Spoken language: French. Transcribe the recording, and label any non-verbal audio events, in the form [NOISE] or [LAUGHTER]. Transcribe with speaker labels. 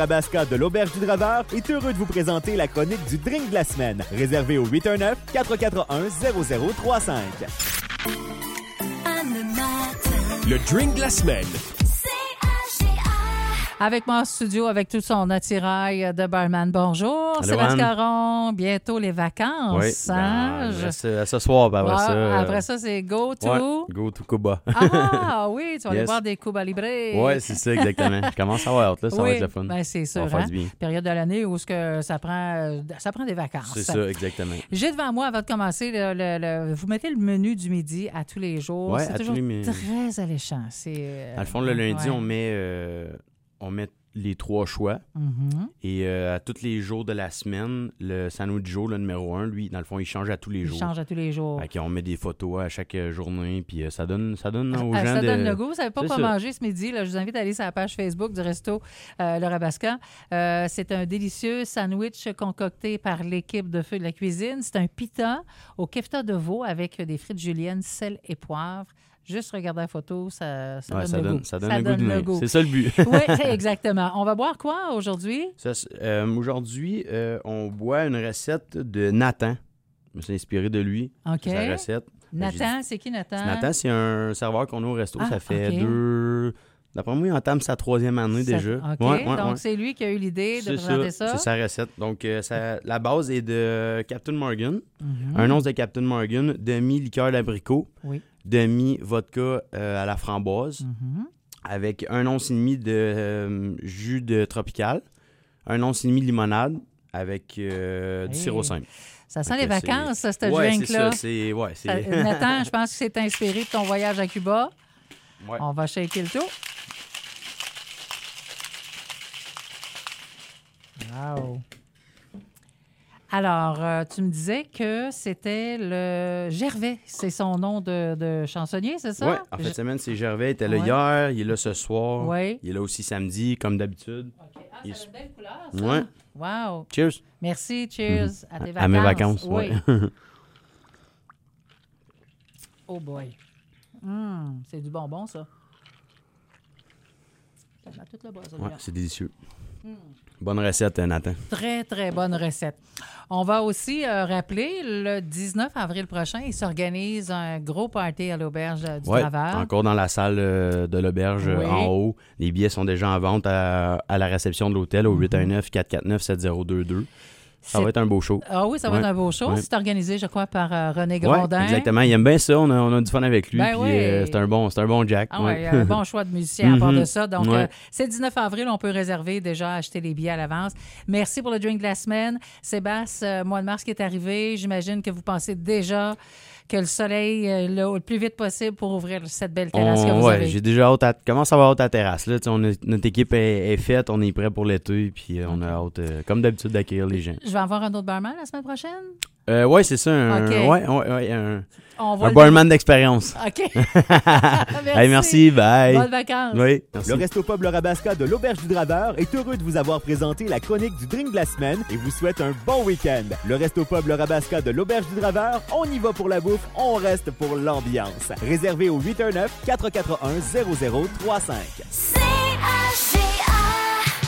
Speaker 1: Rabasca de l'Auberge du Draveur est heureux de vous présenter la chronique du Drink de la semaine, réservée au 819-441-0035.
Speaker 2: Le drink de la semaine.
Speaker 3: Avec moi en studio, avec tout son attirail de barman. Bonjour,
Speaker 4: Allô,
Speaker 3: Sébastien
Speaker 4: Anne.
Speaker 3: Caron. Bientôt les vacances.
Speaker 4: Oui,
Speaker 3: hein? Je-
Speaker 4: ben, ce, à ce soir, ben, après
Speaker 3: Ouais,
Speaker 4: ça. euh,
Speaker 3: après ça, c'est go to.
Speaker 4: ouais, go to Cuba.
Speaker 3: Ah oui, tu vas aller
Speaker 4: Yes.
Speaker 3: boire des Cuba Libre.
Speaker 4: [LAUGHS] ouais, c'est ça, exactement. Je commence à avoir hâte, là. Ça va être le fun.
Speaker 3: ben, c'est
Speaker 4: ça
Speaker 3: sûr.
Speaker 4: va faire
Speaker 3: hein?
Speaker 4: du bien.
Speaker 3: Période de l'année où ce que ça prend, euh, ça prend des vacances.
Speaker 4: C'est ça, exactement.
Speaker 3: J'ai devant moi, avant de commencer, le- le- le- vous mettez le menu du midi à tous les jours.
Speaker 4: Ouais,
Speaker 3: c'est
Speaker 4: à tous
Speaker 3: toujours
Speaker 4: les mi-
Speaker 3: très alléchant. C'est, euh,
Speaker 4: À le fond, le lundi,
Speaker 3: ouais.
Speaker 4: on, met, euh, on met les trois choix.
Speaker 3: Mhm.
Speaker 4: Et euh, à tous les jours de la semaine, le sandwich Joe, le numéro un, lui, dans le fond, il change à tous les
Speaker 3: Il
Speaker 4: jours.
Speaker 3: change à tous les jours.
Speaker 4: Fait qu'on met des photos à chaque euh, journée, puis euh, ça donne, ça donne aux
Speaker 3: Ah,
Speaker 4: gens
Speaker 3: ça
Speaker 4: de...
Speaker 3: donne le goût. Vous savez pas
Speaker 4: C'est
Speaker 3: quoi
Speaker 4: ça.
Speaker 3: manger ce midi. là, je vous invite à aller sur la page Facebook du resto euh, Le Rabascan. Euh, c'est un délicieux sandwich concocté par l'équipe de feu de la cuisine. C'est un pita au kefta de veau avec des frites juliennes, sel et poivre. Juste regarder la photo, ça, ça
Speaker 4: Ouais,
Speaker 3: donne
Speaker 4: ça
Speaker 3: le
Speaker 4: donne,
Speaker 3: goût.
Speaker 4: ça donne un goût de
Speaker 3: le
Speaker 4: main.
Speaker 3: goût.
Speaker 4: C'est ça le but.
Speaker 3: Oui,
Speaker 4: [LAUGHS]
Speaker 3: exactement. On va boire quoi aujourd'hui?
Speaker 4: Ça, c'est- euh, Aujourd'hui, euh, on boit une recette de Nathan. Je me suis inspiré de lui.
Speaker 3: OK.
Speaker 4: C'est Sa recette.
Speaker 3: Nathan, c'est qui Nathan?
Speaker 4: Nathan, Ben, c'est un serveur qu'on a au resto.
Speaker 3: Ah,
Speaker 4: ça fait
Speaker 3: ok.
Speaker 4: deux. D'après moi, il entame sa troisième année
Speaker 3: Ça-
Speaker 4: déjà.
Speaker 3: OK,
Speaker 4: Ouais, ouais,
Speaker 3: donc
Speaker 4: ouais.
Speaker 3: c'est lui qui a eu l'idée de
Speaker 4: C'est
Speaker 3: présenter
Speaker 4: ça,
Speaker 3: ça.
Speaker 4: c'est sa recette. Donc, euh, ça- la base est de Captain Morgan,
Speaker 3: Mhm.
Speaker 4: un once de Captain Morgan, demi-liqueur d'abricot,
Speaker 3: Oui.
Speaker 4: demi-vodka euh, à la framboise,
Speaker 3: Mhm.
Speaker 4: avec un once et demi de euh, jus de tropical, un once et demi de limonade, avec euh, du
Speaker 3: Hey.
Speaker 4: sirop simple.
Speaker 3: Ça sent
Speaker 4: Fait
Speaker 3: les
Speaker 4: que c'est-
Speaker 3: vacances, ça, ce
Speaker 4: ouais, c'est
Speaker 3: drink-là.
Speaker 4: ça. c'est- Ouais, c'est- [LAUGHS]
Speaker 3: Ça- euh, Nathan, je pense que c'est inspiré de ton voyage à Cuba.
Speaker 4: Ouais.
Speaker 3: On va shaker le tout. Wow. Alors, euh, tu me disais que c'était le Gervais, c'est son nom de, de chansonnier, c'est ça?
Speaker 4: Ouais, en fait,
Speaker 3: Je-
Speaker 4: cette semaine, c'est Gervais. Il était là
Speaker 3: Ouais.
Speaker 4: hier, il est là ce soir.
Speaker 3: Ouais.
Speaker 4: Il est là aussi samedi, comme d'habitude.
Speaker 3: Ok. Ah,
Speaker 4: Il-
Speaker 3: ça a une belle couleur, ça.
Speaker 4: Ouais.
Speaker 3: Wow.
Speaker 4: Cheers.
Speaker 3: Merci, cheers à tes vacances.
Speaker 4: À mes vacances,
Speaker 3: Oui.
Speaker 4: ouais.
Speaker 3: oh boy. Hum, c'est du bonbon, ça. Ça m'a tout le bras, ça,
Speaker 4: [LAUGHS] Ouais,
Speaker 3: bien.
Speaker 4: c'est délicieux.
Speaker 3: Hmm.
Speaker 4: Bonne recette, hein, Nathan.
Speaker 3: Très, très bonne recette. On va aussi euh, rappeler, le 19 avril prochain, il s'organise un gros party à l'Auberge euh, du
Speaker 4: Ouais,
Speaker 3: Travers.
Speaker 4: encore dans la salle euh, de l'auberge euh,
Speaker 3: Oui.
Speaker 4: en haut. Les billets sont déjà en vente à, à la réception de l'hôtel au 819-449-7022. Ça
Speaker 3: Mhm. C'est-
Speaker 4: va être un beau show.
Speaker 3: Ah oui, ça va
Speaker 4: Ouais,
Speaker 3: être un beau show.
Speaker 4: ouais.
Speaker 3: C'est organisé, je crois, par euh, René
Speaker 4: Ouais,
Speaker 3: Grondin.
Speaker 4: exactement. Il aime bien ça. On a, on a du fun avec lui.
Speaker 3: Ben
Speaker 4: puis,
Speaker 3: ouais.
Speaker 4: euh, c'est un, bon, c'est un bon Jack.
Speaker 3: Ah
Speaker 4: ouais.
Speaker 3: ouais, un bon choix de musicien à part de
Speaker 4: Mhm.
Speaker 3: ça. Donc,
Speaker 4: Ouais.
Speaker 3: euh, c'est le 19 avril, on peut réserver déjà, acheter les billets à l'avance. Merci pour le drink de la semaine. Sébastien, euh, mois de mars qui est arrivé, j'imagine que vous pensez déjà que le soleil, euh, le, le plus vite possible pour ouvrir cette belle terrasse que
Speaker 4: [LAUGHS] On-
Speaker 3: vous
Speaker 4: Oh, ouais,
Speaker 3: avez.
Speaker 4: j'ai déjà hâte à. Comment ça va hâte à la terrasse? Là? Tu sais, On est- notre équipe est, est faite, on est prêt pour l'été, puis euh, on a hâte, euh, comme d'habitude, d'accueillir les gens.
Speaker 3: Je vais avoir un autre barman la semaine prochaine.
Speaker 4: Euh, ouais, c'est ça. Un,
Speaker 3: Ok.
Speaker 4: ouais, ouais, ouais, un,
Speaker 3: On va
Speaker 4: un
Speaker 3: le-
Speaker 4: barman d'expérience.
Speaker 3: [LAUGHS]
Speaker 4: [LAUGHS]
Speaker 3: OK. merci.
Speaker 4: Hey, merci, bye.
Speaker 3: Bonnes vacances.
Speaker 4: Oui, merci.
Speaker 1: Le Resto Pub Le Rabasca de l'Auberge du Draveur est heureux de vous avoir présenté la chronique du Drink de la semaine et vous souhaite un bon week-end. Le Resto Pub Le Rabasca de l'Auberge du Draveur, on y va pour la bouffe, on reste pour l'ambiance. Réservé au 819-441-0035.
Speaker 5: C-H-I-R.